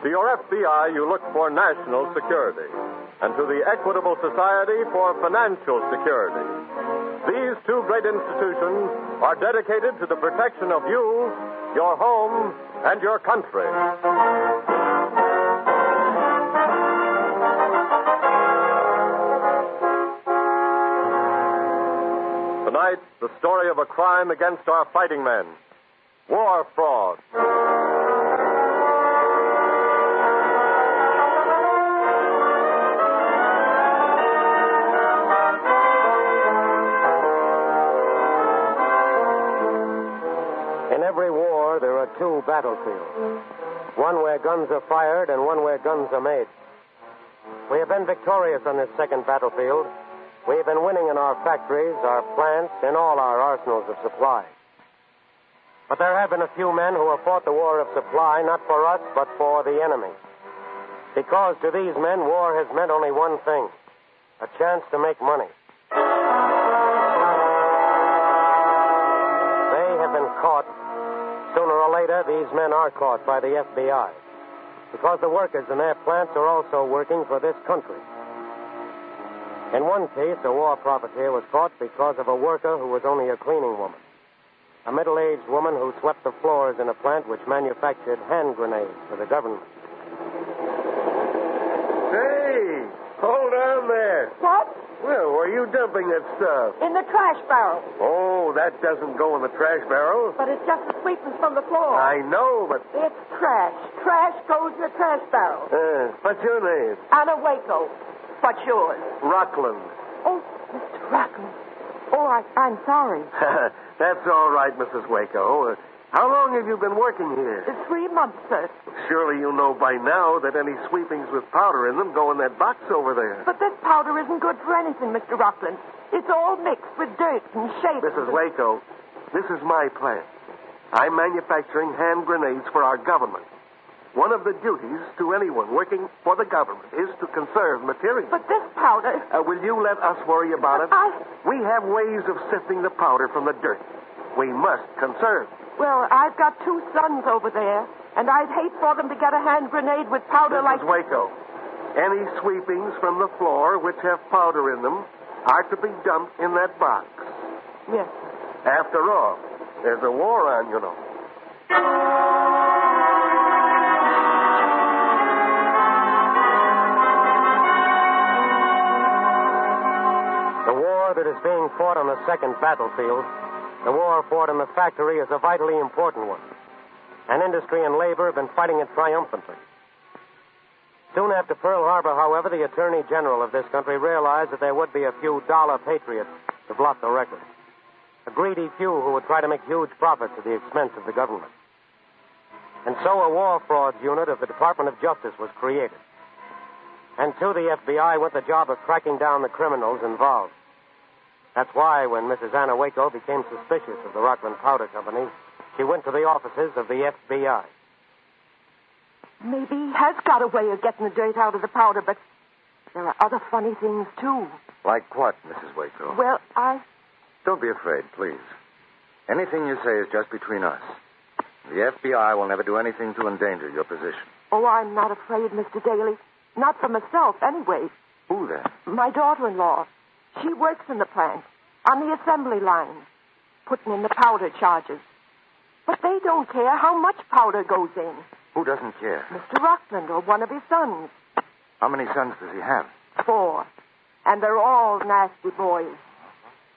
To your FBI, you look for national security, and to the Equitable Society for financial security. These two great institutions are dedicated to the protection of you, your home, and your country. Tonight, the story of a crime against our fighting men war fraud. In every war, there are two battlefields one where guns are fired and one where guns are made. We have been victorious on this second battlefield. We have been winning in our factories, our plants, and all our arsenals of supply. But there have been a few men who have fought the war of supply not for us, but for the enemy. Because to these men, war has meant only one thing a chance to make money. They have been caught. Sooner or later, these men are caught by the FBI. Because the workers in their plants are also working for this country. In one case, a war profiteer was caught because of a worker who was only a cleaning woman. A middle aged woman who swept the floors in a plant which manufactured hand grenades for the government. Hey, hold on there. What? Well, where are you dumping that stuff? In the trash barrel. Oh, that doesn't go in the trash barrel. But it's just the sweepings from the floor. I know, but. It's trash. Trash goes in the trash barrel. Uh, what's your name? Anna Waco. What's yours? Rockland. Oh, Mr. Rockland. Oh, I, I'm sorry. That's all right, Mrs. Waco. Uh, how long have you been working here? It's three months, sir. Surely you know by now that any sweepings with powder in them go in that box over there. But this powder isn't good for anything, Mr. Rockland. It's all mixed with dirt and shapes. Mrs. Waco, this is my plant. I'm manufacturing hand grenades for our government. One of the duties to anyone working for the government is to conserve material. But this powder. Uh, will you let us worry about it? I- We have ways of sifting the powder from the dirt. We must conserve. Well, I've got two sons over there, and I'd hate for them to get a hand grenade with powder Mrs. like. Waco, any sweepings from the floor which have powder in them are to be dumped in that box. Yes. After all, there's a war on, you know. The war that is being fought on the second battlefield, the war fought in the factory, is a vitally important one. And industry and labor have been fighting it triumphantly. Soon after Pearl Harbor, however, the Attorney General of this country realized that there would be a few dollar patriots to block the record. A greedy few who would try to make huge profits at the expense of the government. And so a war fraud unit of the Department of Justice was created. And to the FBI went the job of tracking down the criminals involved. That's why when Mrs. Anna Waco became suspicious of the Rockland Powder Company, she went to the offices of the FBI. Maybe he has got a way of getting the dirt out of the powder, but there are other funny things, too. Like what, Mrs. Waco? Well, I. Don't be afraid, please. Anything you say is just between us. The FBI will never do anything to endanger your position. Oh, I'm not afraid, Mr. Daly. Not for myself, anyway. Who then? My daughter in law. She works in the plant, on the assembly line, putting in the powder charges. But they don't care how much powder goes in. Who doesn't care? Mr. Rockland or one of his sons. How many sons does he have? Four. And they're all nasty boys.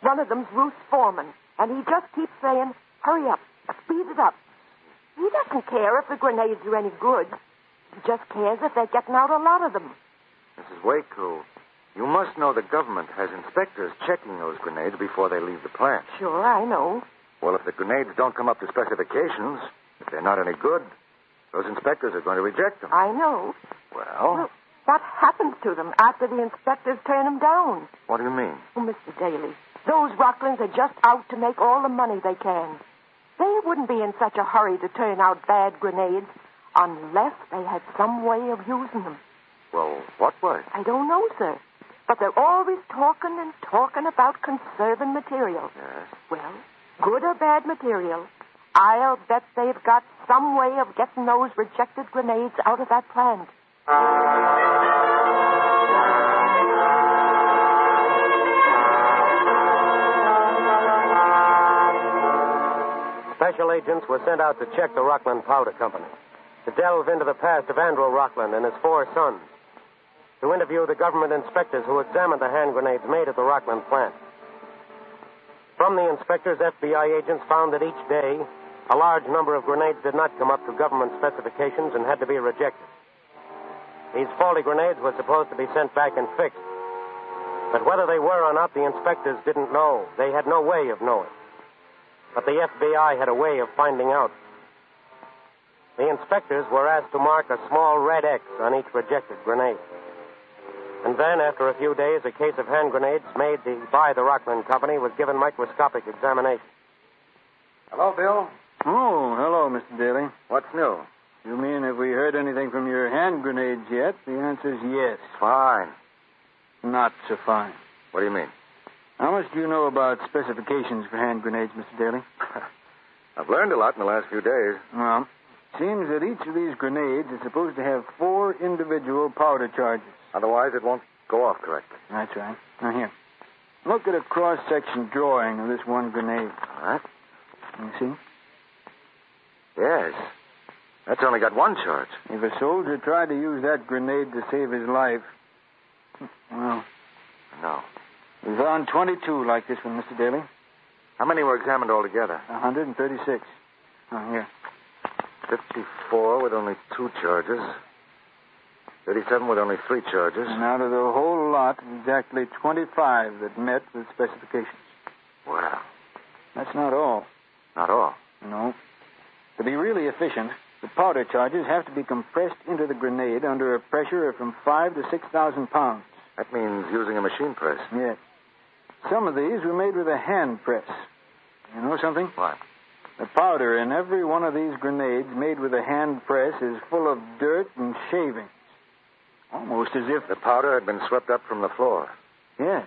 One of them's Ruth Foreman, and he just keeps saying, hurry up, speed it up. He doesn't care if the grenades are any good. He just cares if they're getting out a lot of them. Mrs. Waco, you must know the government has inspectors checking those grenades before they leave the plant. Sure, I know. Well, if the grenades don't come up to specifications, if they're not any good, those inspectors are going to reject them. I know. Well, Look, what happens to them after the inspectors turn them down? what do you mean? Oh, Mr. Daly, those Rocklands are just out to make all the money they can. They wouldn't be in such a hurry to turn out bad grenades unless they had some way of using them. Well, what way? I don't know, sir. But they're always talking and talking about conserving material. Yes. Well, good or bad material, I'll bet they've got some way of getting those rejected grenades out of that plant. Special agents were sent out to check the Rockland Powder Company, to delve into the past of Andrew Rockland and his four sons, to interview the government inspectors who examined the hand grenades made at the Rockland plant. From the inspectors, FBI agents found that each day a large number of grenades did not come up to government specifications and had to be rejected. These faulty grenades were supposed to be sent back and fixed. But whether they were or not, the inspectors didn't know. They had no way of knowing. But the FBI had a way of finding out. The inspectors were asked to mark a small red X on each rejected grenade. And then, after a few days, a case of hand grenades made the, by the Rockland Company was given microscopic examination. Hello, Bill. Oh, hello, Mr. Daly. What's new? You mean have we heard anything from your hand grenades yet? The answer's yes. Fine. Not so fine. What do you mean? How much do you know about specifications for hand grenades, Mr. Daly? I've learned a lot in the last few days. Well, seems that each of these grenades is supposed to have four individual powder charges. Otherwise, it won't go off correctly. That's right. Now here. Look at a cross section drawing of this one grenade. Huh? You see? Yes. That's only got one charge. If a soldier tried to use that grenade to save his life, well, No. we found 22 like this one, Mr. Daly. How many were examined altogether? 136. Oh, here. 54 with only two charges. 37 with only three charges. And out of the whole lot, exactly 25 that met with specifications. Well, That's not all. not all. No. To be really efficient, the powder charges have to be compressed into the grenade under a pressure of from 5 to 6,000 pounds. That means using a machine press. Yes. Some of these were made with a hand press. You know something? What? The powder in every one of these grenades made with a hand press is full of dirt and shavings. Almost as if. The powder had been swept up from the floor. Yes.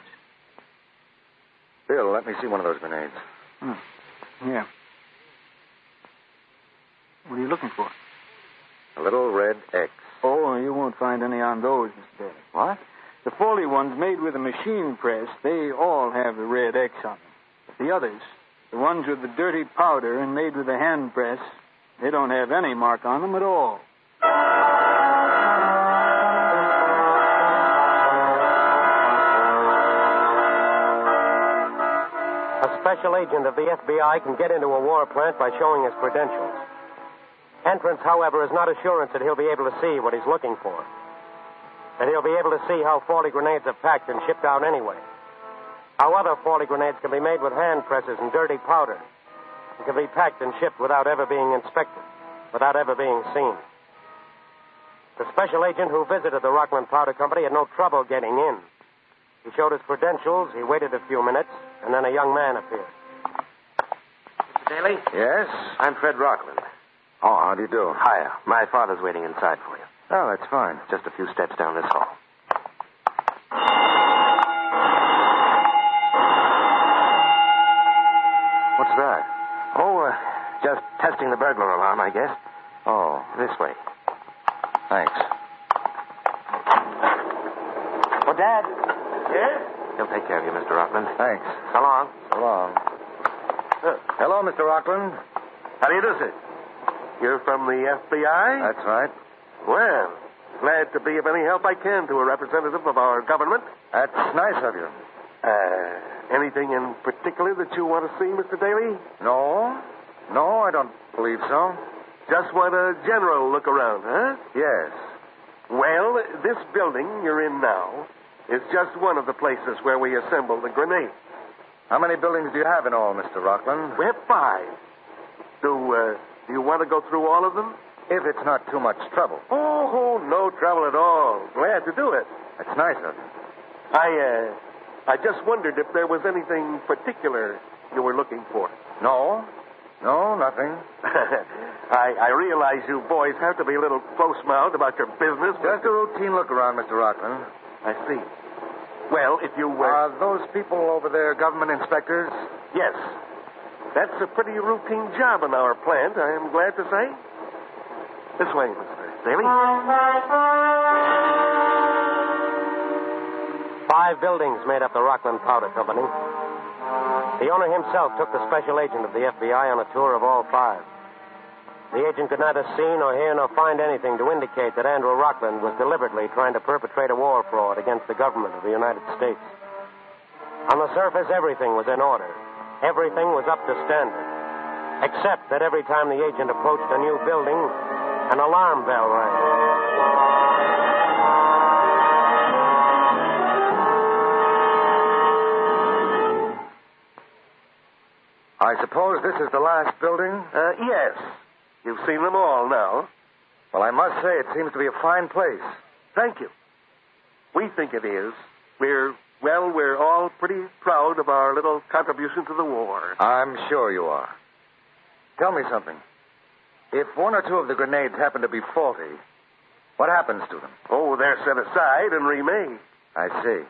Bill, let me see one of those grenades. Hmm. Yeah. What are you looking for? A little red X. Oh, you won't find any on those, Mr. Daly. What? The Foley ones made with a machine press, they all have the red X on them. The others, the ones with the dirty powder and made with a hand press, they don't have any mark on them at all. A special agent of the FBI can get into a war plant by showing his credentials. Entrance, however, is not assurance that he'll be able to see what he's looking for. That he'll be able to see how 40 grenades are packed and shipped out anyway. How other 40 grenades can be made with hand presses and dirty powder. And can be packed and shipped without ever being inspected, without ever being seen. The special agent who visited the Rockland Powder Company had no trouble getting in. He showed his credentials, he waited a few minutes, and then a young man appeared. Mr. Daly? Yes? I'm Fred Rockland. Oh, how do you do? Hiya. My father's waiting inside for you. Oh, that's fine. Just a few steps down this hall. What's that? Oh, uh, just testing the burglar alarm, I guess. Oh, This way. thanks. Well, Dad. Yes? He'll take care of you, Mr. Rockland. Thanks. So long. So long. Hello, Mr. Rockland. How do you do, sir? You're from the FBI? That's right. Well, glad to be of any help I can to a representative of our government. That's nice of you. Uh, anything in particular that you want to see, Mr. Daly? No? No, I don't believe so. Just want a general look around, huh? Yes. Well, this building you're in now is just one of the places where we assemble the grenades. How many buildings do you have in all, Mr. Rockland? We have five. Do, uh, do you want to go through all of them? If it's not too much trouble. Oh, no trouble at all. Glad to do it. That's nice of you. I, uh, I just wondered if there was anything particular you were looking for. No? No, nothing. I, I realize you boys have to be a little close-mouthed about your business. but- Just a routine look around, Mr. Rockland. I see. Well, if you were. Are those people over there government inspectors? yes. That's a pretty routine job in our plant, I am glad to say. This way, Mr. Daly. Five buildings made up the Rockland Powder Company. The owner himself took the special agent of the FBI on a tour of all five. The agent could neither see nor hear nor find anything to indicate that Andrew Rockland was deliberately trying to perpetrate a war fraud against the government of the United States. On the surface, everything was in order. Everything was up to standard. Except that every time the agent approached a new building, an alarm bell rang. I suppose this is the last building? Uh, yes. You've seen them all now. Well, I must say, it seems to be a fine place. Thank you. We think it is. We're, well, we're all pretty proud of our little contribution to the war. I'm sure you are. Tell me something. If one or two of the grenades happen to be faulty, what happens to them? Oh, they're set aside and remade. I see.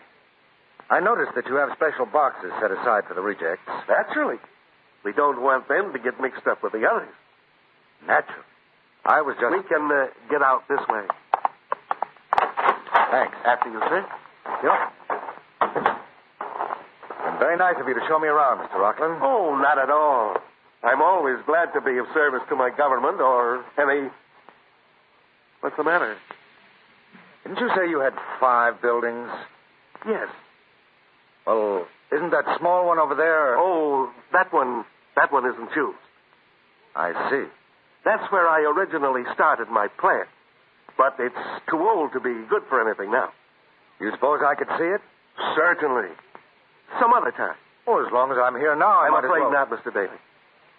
I noticed that you have special boxes set aside for the rejects. Naturally. We don't want them to get mixed up with the others. Natural. I was just. We can uh, get out this way. Thanks. After you, sir. Yep. And very nice of you to show me around, Mr. Rockland. Oh, not at all. I'm always glad to be of service to my government or any. What's the matter? Didn't you say you had five buildings? Yes. Well, isn't that small one over there? Oh, that one. That one isn't used. I see. That's where I originally started my plant. But it's too old to be good for anything now. You suppose I could see it? Certainly. Some other time. Oh, as long as I'm here now, I I'm might as afraid well. not, Mr. Daly.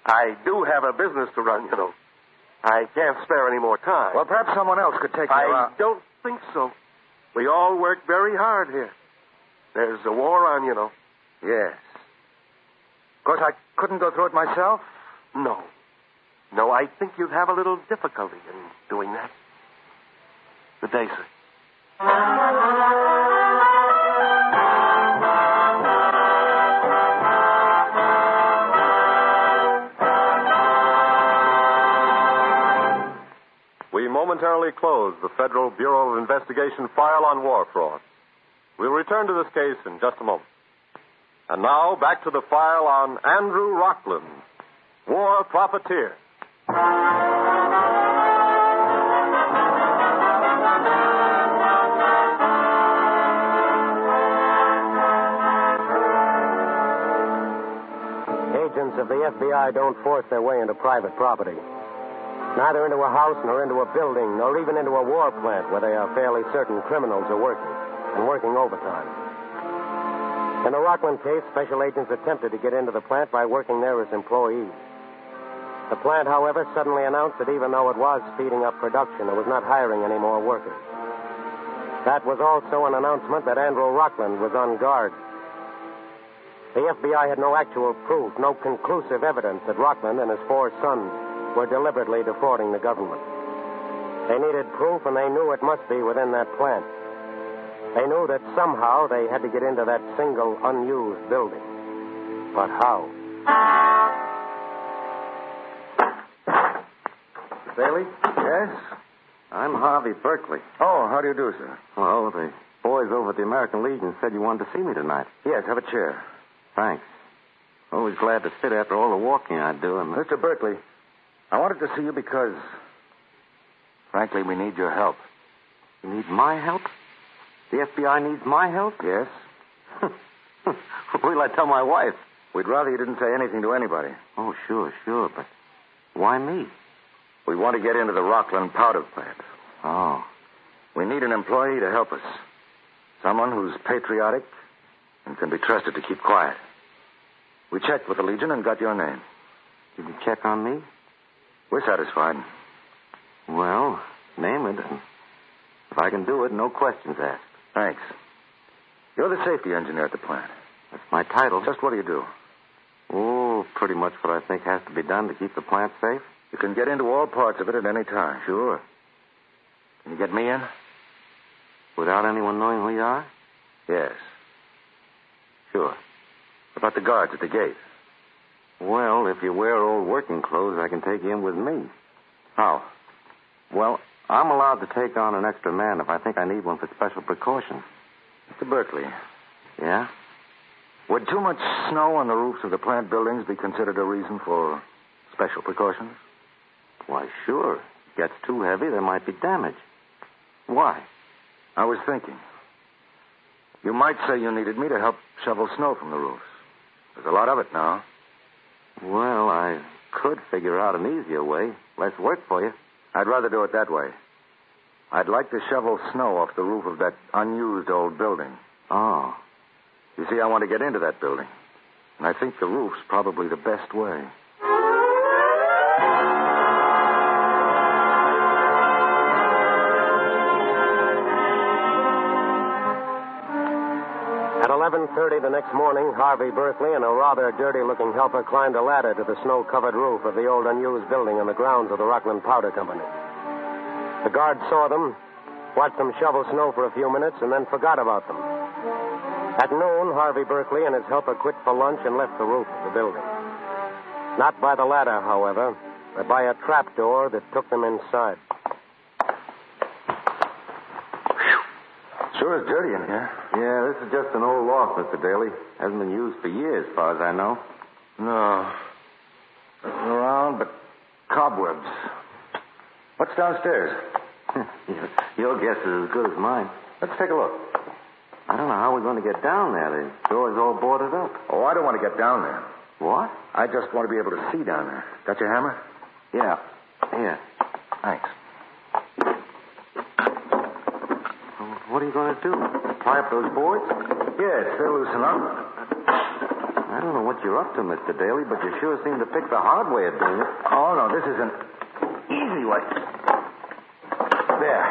I do have a business to run, you know. I can't spare any more time. Well, perhaps someone else could take you uh, I out. don't think so. We all work very hard here. There's a war on, you know. Yes. Of course, I couldn't go through it myself. No. No, I think you'd have a little difficulty in doing that. Good day, sir. We momentarily close the Federal Bureau of Investigation file on war fraud. We'll return to this case in just a moment. And now, back to the file on Andrew Rockland, war profiteer. Agents of the FBI don't force their way into private property. Neither into a house, nor into a building, nor even into a war plant where they are fairly certain criminals are working, and working overtime. In the Rockland case, special agents attempted to get into the plant by working there as employees. The plant, however, suddenly announced that even though it was speeding up production, it was not hiring any more workers. That was also an announcement that Andrew Rockland was on guard. The FBI had no actual proof, no conclusive evidence that Rockland and his four sons were deliberately defrauding the government. They needed proof, and they knew it must be within that plant. They knew that somehow they had to get into that single unused building. But how? Bailey? Yes? I'm Harvey Berkeley. Oh, how do you do, sir? Well, the boys over at the American Legion said you wanted to see me tonight. Yes, have a chair. Thanks. Always glad to sit after all the walking I do. And Mr. Berkeley, I wanted to see you because, frankly, we need your help. You need my help? The FBI needs my help? Yes? Will I tell my wife? We'd rather you didn't say anything to anybody. Oh, sure, sure, but why me? We want to get into the Rockland powder plant. Oh, We need an employee to help us. Someone who's patriotic and can be trusted to keep quiet. We checked with the Legion and got your name. did you check on me? We're satisfied. Well, name it. and If I can do it, no questions asked. Thanks. You're the safety engineer at the plant. That's my title. Just what do you do? Oh, pretty much what I think has to be done to keep the plant safe. You can get into all parts of it at any time. Sure. Can you get me in? Without anyone knowing who you are? Yes. Sure. What about the guards at the gate? Well, if you wear old working clothes, I can take you in with me. How? Well, I'm allowed to take on an extra man if I think I need one for special precaution. Mr. Berkeley, Yeah? would too much snow on the roofs of the plant buildings be considered a reason for special precautions? Why, sure. If it gets too heavy, there might be damage. Why? I was thinking. You might say you needed me to help shovel snow from the roofs. There's a lot of it now. Well, I could figure out an easier way. Less work for you. I'd rather do it that way. I'd like to shovel snow off the roof of that unused old building. Oh. You see, I want to get into that building. And I think the roof's probably the best way. At 11.30 the next morning, Harvey Berkeley and a rather dirty-looking helper climbed a ladder to the snow-covered roof of the old unused building on the grounds of the Rockland Powder Company. The guards saw them, watched them shovel snow for a few minutes, and then forgot about them. At noon, Harvey Berkeley and his helper quit for lunch and left the roof of the building. Not by the ladder, however, but by a trap door that took them inside. Sure is dirty in here. Yeah, this is just an old loft, Mr. Daly. Hasn't been used for years, as far as I know. No. Nothing around but cobwebs. What's downstairs? Your guess is as good as mine. Let's take a look. I don't know how we're going to get down there. The door's all boarded up. Oh, I don't want to get down there. What? I just want to be able to see down there. Got your hammer? Yeah. Here. Thanks. What are you going to do? Pry up those boards? Yes, they'll loosen up. I don't know what you're up to, Mr. Daly, but you sure seem to pick the hard way of doing it. Oh, no, this is an easy way. There.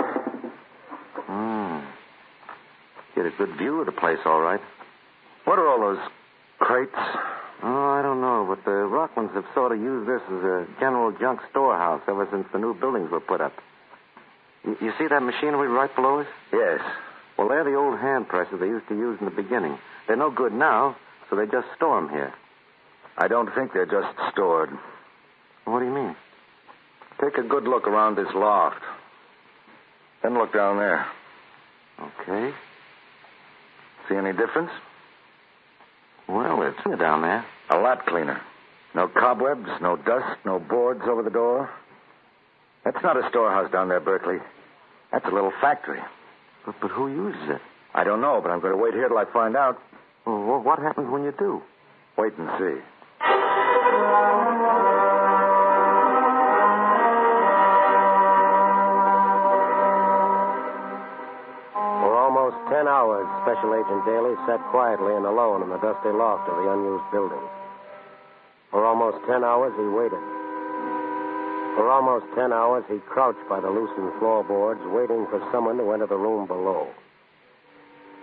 Hmm. Get a good view of the place, all right. What are all those crates? Oh, I don't know, but the Rocklands have sort of used this as a general junk storehouse ever since the new buildings were put up. Y- You see that machinery right below us? Yes. Well, they're the old hand presses they used to use in the beginning. They're no good now, so they just store 'em here. I don't think they're just stored. What do you mean? Take a good look around this loft. Then look down there. Okay. See any difference? Well, it's clear down there. A lot cleaner. No cobwebs, no dust, no boards over the door. That's not a storehouse down there, Berkeley. That's a little factory. But, but who uses it? I don't know, but I'm going to wait here till I find out. Well, what happens when you do? Wait and see. For almost ten hours, Special Agent Daly sat quietly and alone in the dusty loft of the unused building. For almost ten hours, he waited. For almost ten hours, he crouched by the loosened floorboards, waiting for someone to enter the room below.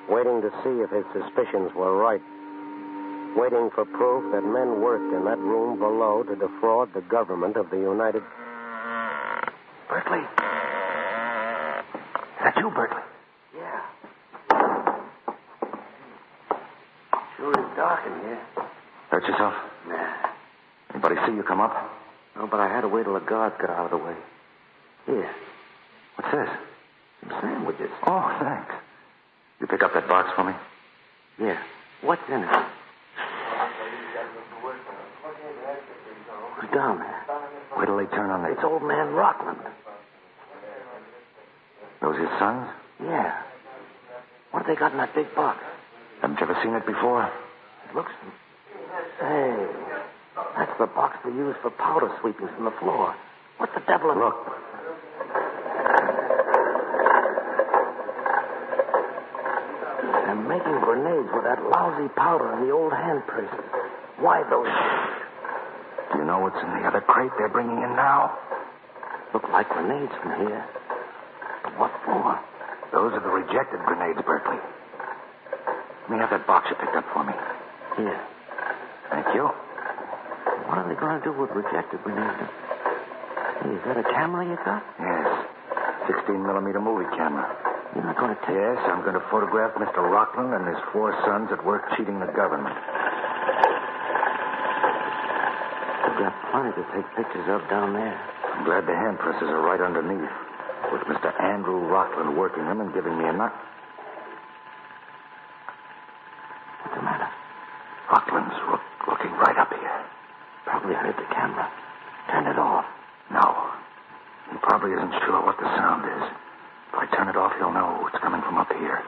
Waiting to see if his suspicions were right. Waiting for proof that men worked in that room below to defraud the government of the United Berkeley. That you, Berkeley? Yeah. Sure is dark in here. Hurt yourself? Nah. Anybody see you come up? No, but I had to wait till the guards got out of the way. Here. What's this? Some sandwiches. Oh, thanks. You pick up that box for me? Yeah. What's in it? Who's down there? Wait till they turn on It's the. old man Rockland. Those his sons? Yeah. What have they got in that big box? Haven't you ever seen it before? It looks. Say, that's the box they use for powder sweepings from the floor. What the devil? Look. They're making grenades with that lousy powder in the old hand presses. Why those? Do you know what's in the other crate they're bringing in now? Look like grenades from here. But what for? Those are the rejected grenades, Berkeley. Let me have that box you picked up for me. Here. Thank you. What are they going to do with rejected grenades? Hey, is that a camera you got? Yes. 16 millimeter movie camera. You're not going to take Yes, I'm going to photograph Mr. Rockland and his four sons at work cheating the government. We've got plenty to take pictures of down there. I'm glad the hand presses are right underneath, with Mr. Andrew Rockland working them and giving me a nut. What's the matter? Rockland's look, looking right up here. Probably heard the camera. Turn it off. No. He probably isn't sure what the sound is. If I turn it off, he'll know it's coming from up here.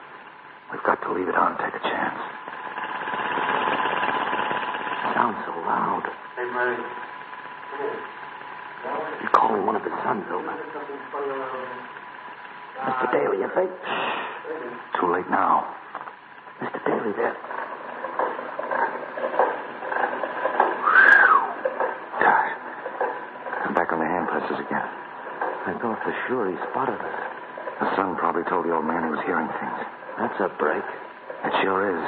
We've got to leave it on, take a chance. sounds so loud. Hey, Mary. He called one of his sons over. Mr. Daly, you think? Too late now. Mr. Daly, there. Gosh. I'm back on the hand presses again. I thought for sure he spotted us. The son probably told the old man he was hearing things. That's a break. It sure is.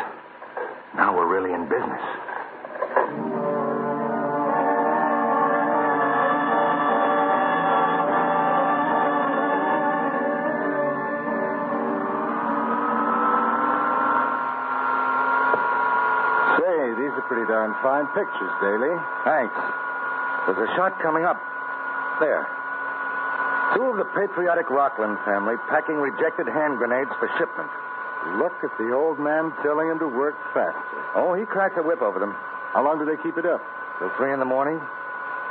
Now we're really in business. Say, these are pretty darn fine pictures, Daly. Thanks. There's a shot coming up. There. Two of the patriotic Rockland family packing rejected hand grenades for shipment. Look at the old man telling him to work faster. Oh, he cracked a whip over them. How long do they keep it up? Till three in the morning.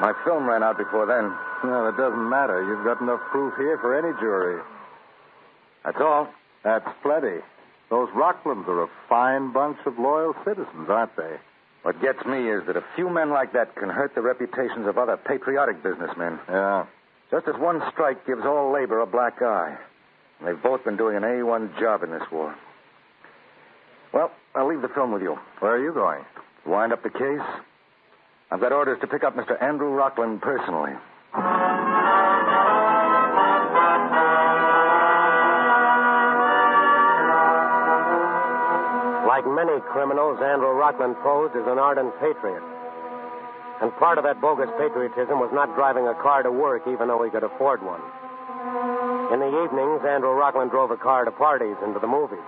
My film ran out before then. Well, it doesn't matter. You've got enough proof here for any jury. That's all. That's plenty. Those Rocklands are a fine bunch of loyal citizens, aren't they? What gets me is that a few men like that can hurt the reputations of other patriotic businessmen. Yeah. Just as one strike gives all labor a black eye. And they've both been doing an A1 job in this war. Well, I'll leave the film with you. Where are you going? Wind up the case. I've got orders to pick up Mr. Andrew Rockland personally. Like many criminals, Andrew Rockland posed as an ardent patriot. And part of that bogus patriotism was not driving a car to work, even though he could afford one. In the evenings, Andrew Rockland drove a car to parties and to the movies.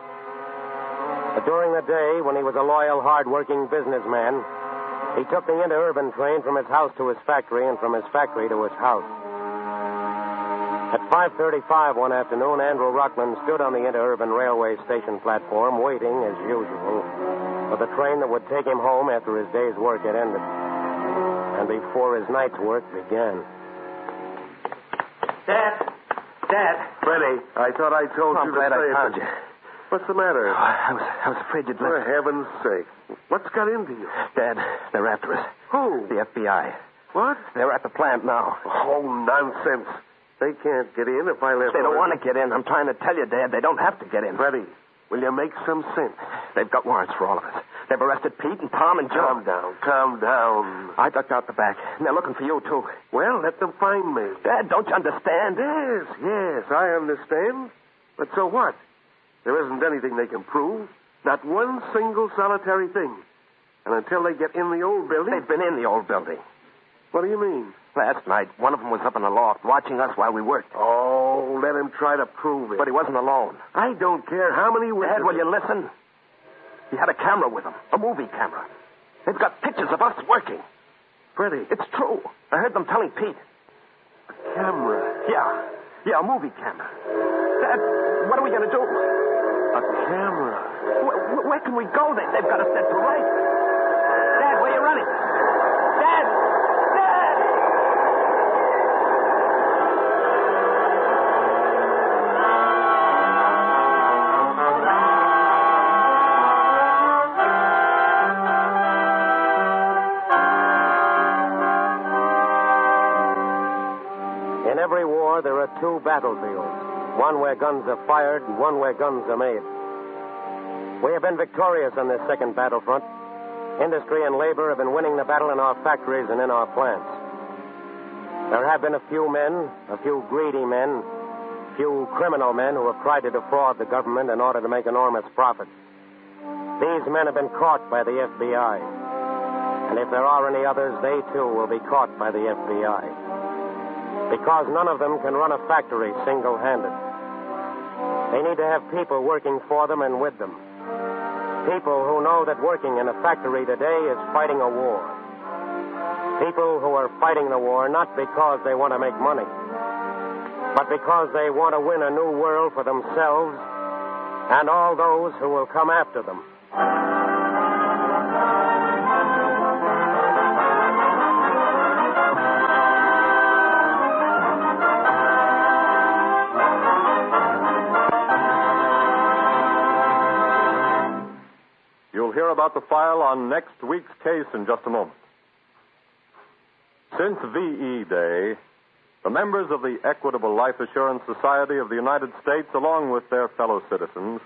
But during the day, when he was a loyal, hard-working businessman, he took the interurban train from his house to his factory and from his factory to his house. At 5.35 one afternoon, Andrew Rockland stood on the interurban railway station platform waiting, as usual, for the train that would take him home after his day's work had ended and before his night's work began. Dad! Dad! Freddy, I thought I told I'm you glad to I say found it. you. Oh, What's the matter? I was, I was afraid you'd For heaven's sake. What's got into you? Dad, they're after us. Who? The FBI. What? They're at the plant now. Oh, nonsense. They can't get in if I let They don't want to get in. I'm trying to tell you, Dad, they don't have to get in. Freddy, will you make some sense? They've got warrants for all of us. They've arrested Pete and Tom and Calm John. down, calm down. I ducked out the back, and they're looking for you, too. Well, let them find me. Dad, don't you understand? Yes, yes, I understand. But so what? There isn't anything they can prove. Not one single solitary thing. And until they get in the old building. They've been in the old building. What do you mean? Last night, one of them was up in the loft watching us while we worked. Oh, let him try to prove it. But he wasn't alone. I don't care how many Dad, witnesses. will you listen? He had a camera with him, a movie camera. They've got pictures of us working. Freddy, It's true. I heard them telling Pete. camera. Yeah. Yeah, a movie camera. Dad, what are we going to do? A camera. Where, where can we go? They, they've got us set to right. Dad, where are you running? Dad! Dad! two battlefields one where guns are fired and one where guns are made. We have been victorious on this second battlefront. Industry and labor have been winning the battle in our factories and in our plants. There have been a few men, a few greedy men, few criminal men who have tried to defraud the government in order to make enormous profits. These men have been caught by the FBI. And if there are any others, they too will be caught by the FBI. Because none of them can run a factory single handed. They need to have people working for them and with them. People who know that working in a factory today is fighting a war. People who are fighting the war not because they want to make money, but because they want to win a new world for themselves and all those who will come after them. You'll hear about the file on next week's case in just a moment. Since VE Day, the members of the Equitable Life Assurance Society of the United States, along with their fellow citizens,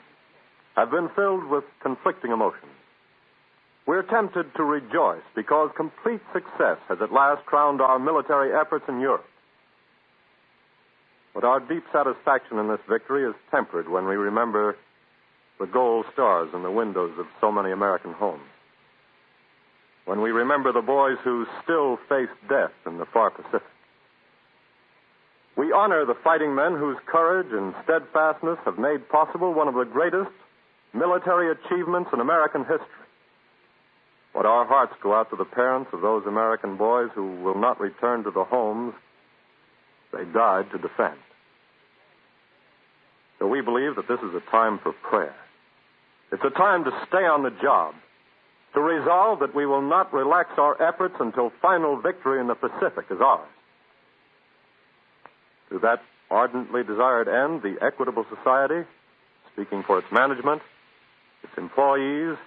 have been filled with conflicting emotions. We're tempted to rejoice because complete success has at last crowned our military efforts in Europe. But our deep satisfaction in this victory is tempered when we remember the gold stars in the windows of so many American homes. When we remember the boys who still face death in the far Pacific. We honor the fighting men whose courage and steadfastness have made possible one of the greatest military achievements in American history. But our hearts go out to the parents of those American boys who will not return to the homes they died to defend. So we believe that this is a time for prayer. It's a time to stay on the job, to resolve that we will not relax our efforts until final victory in the Pacific is ours. To that ardently desired end, the Equitable Society, speaking for its management, its employees,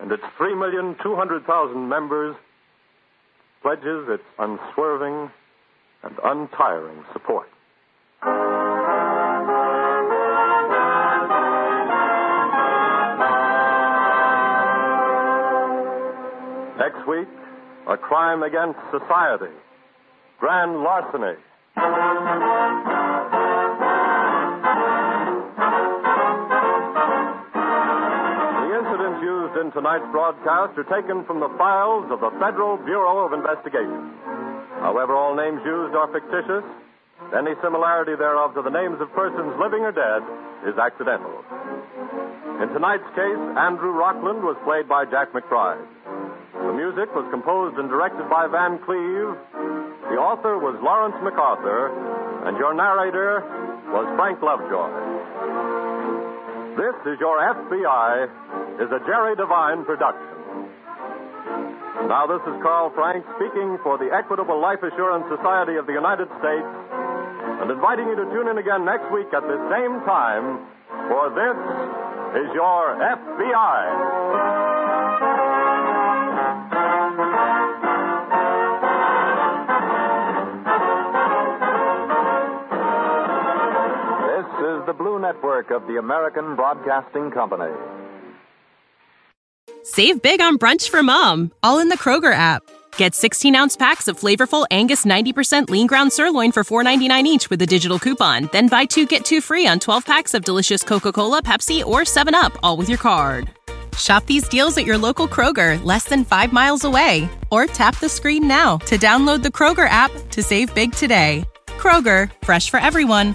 and its 3,200,000 members, pledges its unswerving and untiring support. Next week, a crime against society, grand larceny. The incidents used in tonight's broadcast are taken from the files of the Federal Bureau of Investigation. However, all names used are fictitious. Any similarity thereof to the names of persons living or dead is accidental. In tonight's case, Andrew Rockland was played by Jack McBride. The music was composed and directed by Van Cleve. The author was Lawrence MacArthur, and your narrator was Frank Lovejoy. This is Your FBI is a Jerry Devine production. Now, this is Carl Frank speaking for the Equitable Life Assurance Society of the United States and inviting you to tune in again next week at the same time for This is Your FBI. This is the Blue Network of the American Broadcasting Company. Save big on brunch for mom, all in the Kroger app. Get 16 ounce packs of flavorful Angus 90% lean ground sirloin for $4.99 each with a digital coupon. Then buy two get two free on 12 packs of delicious Coca Cola, Pepsi, or 7UP, all with your card. Shop these deals at your local Kroger, less than five miles away. Or tap the screen now to download the Kroger app to save big today. Kroger, fresh for everyone.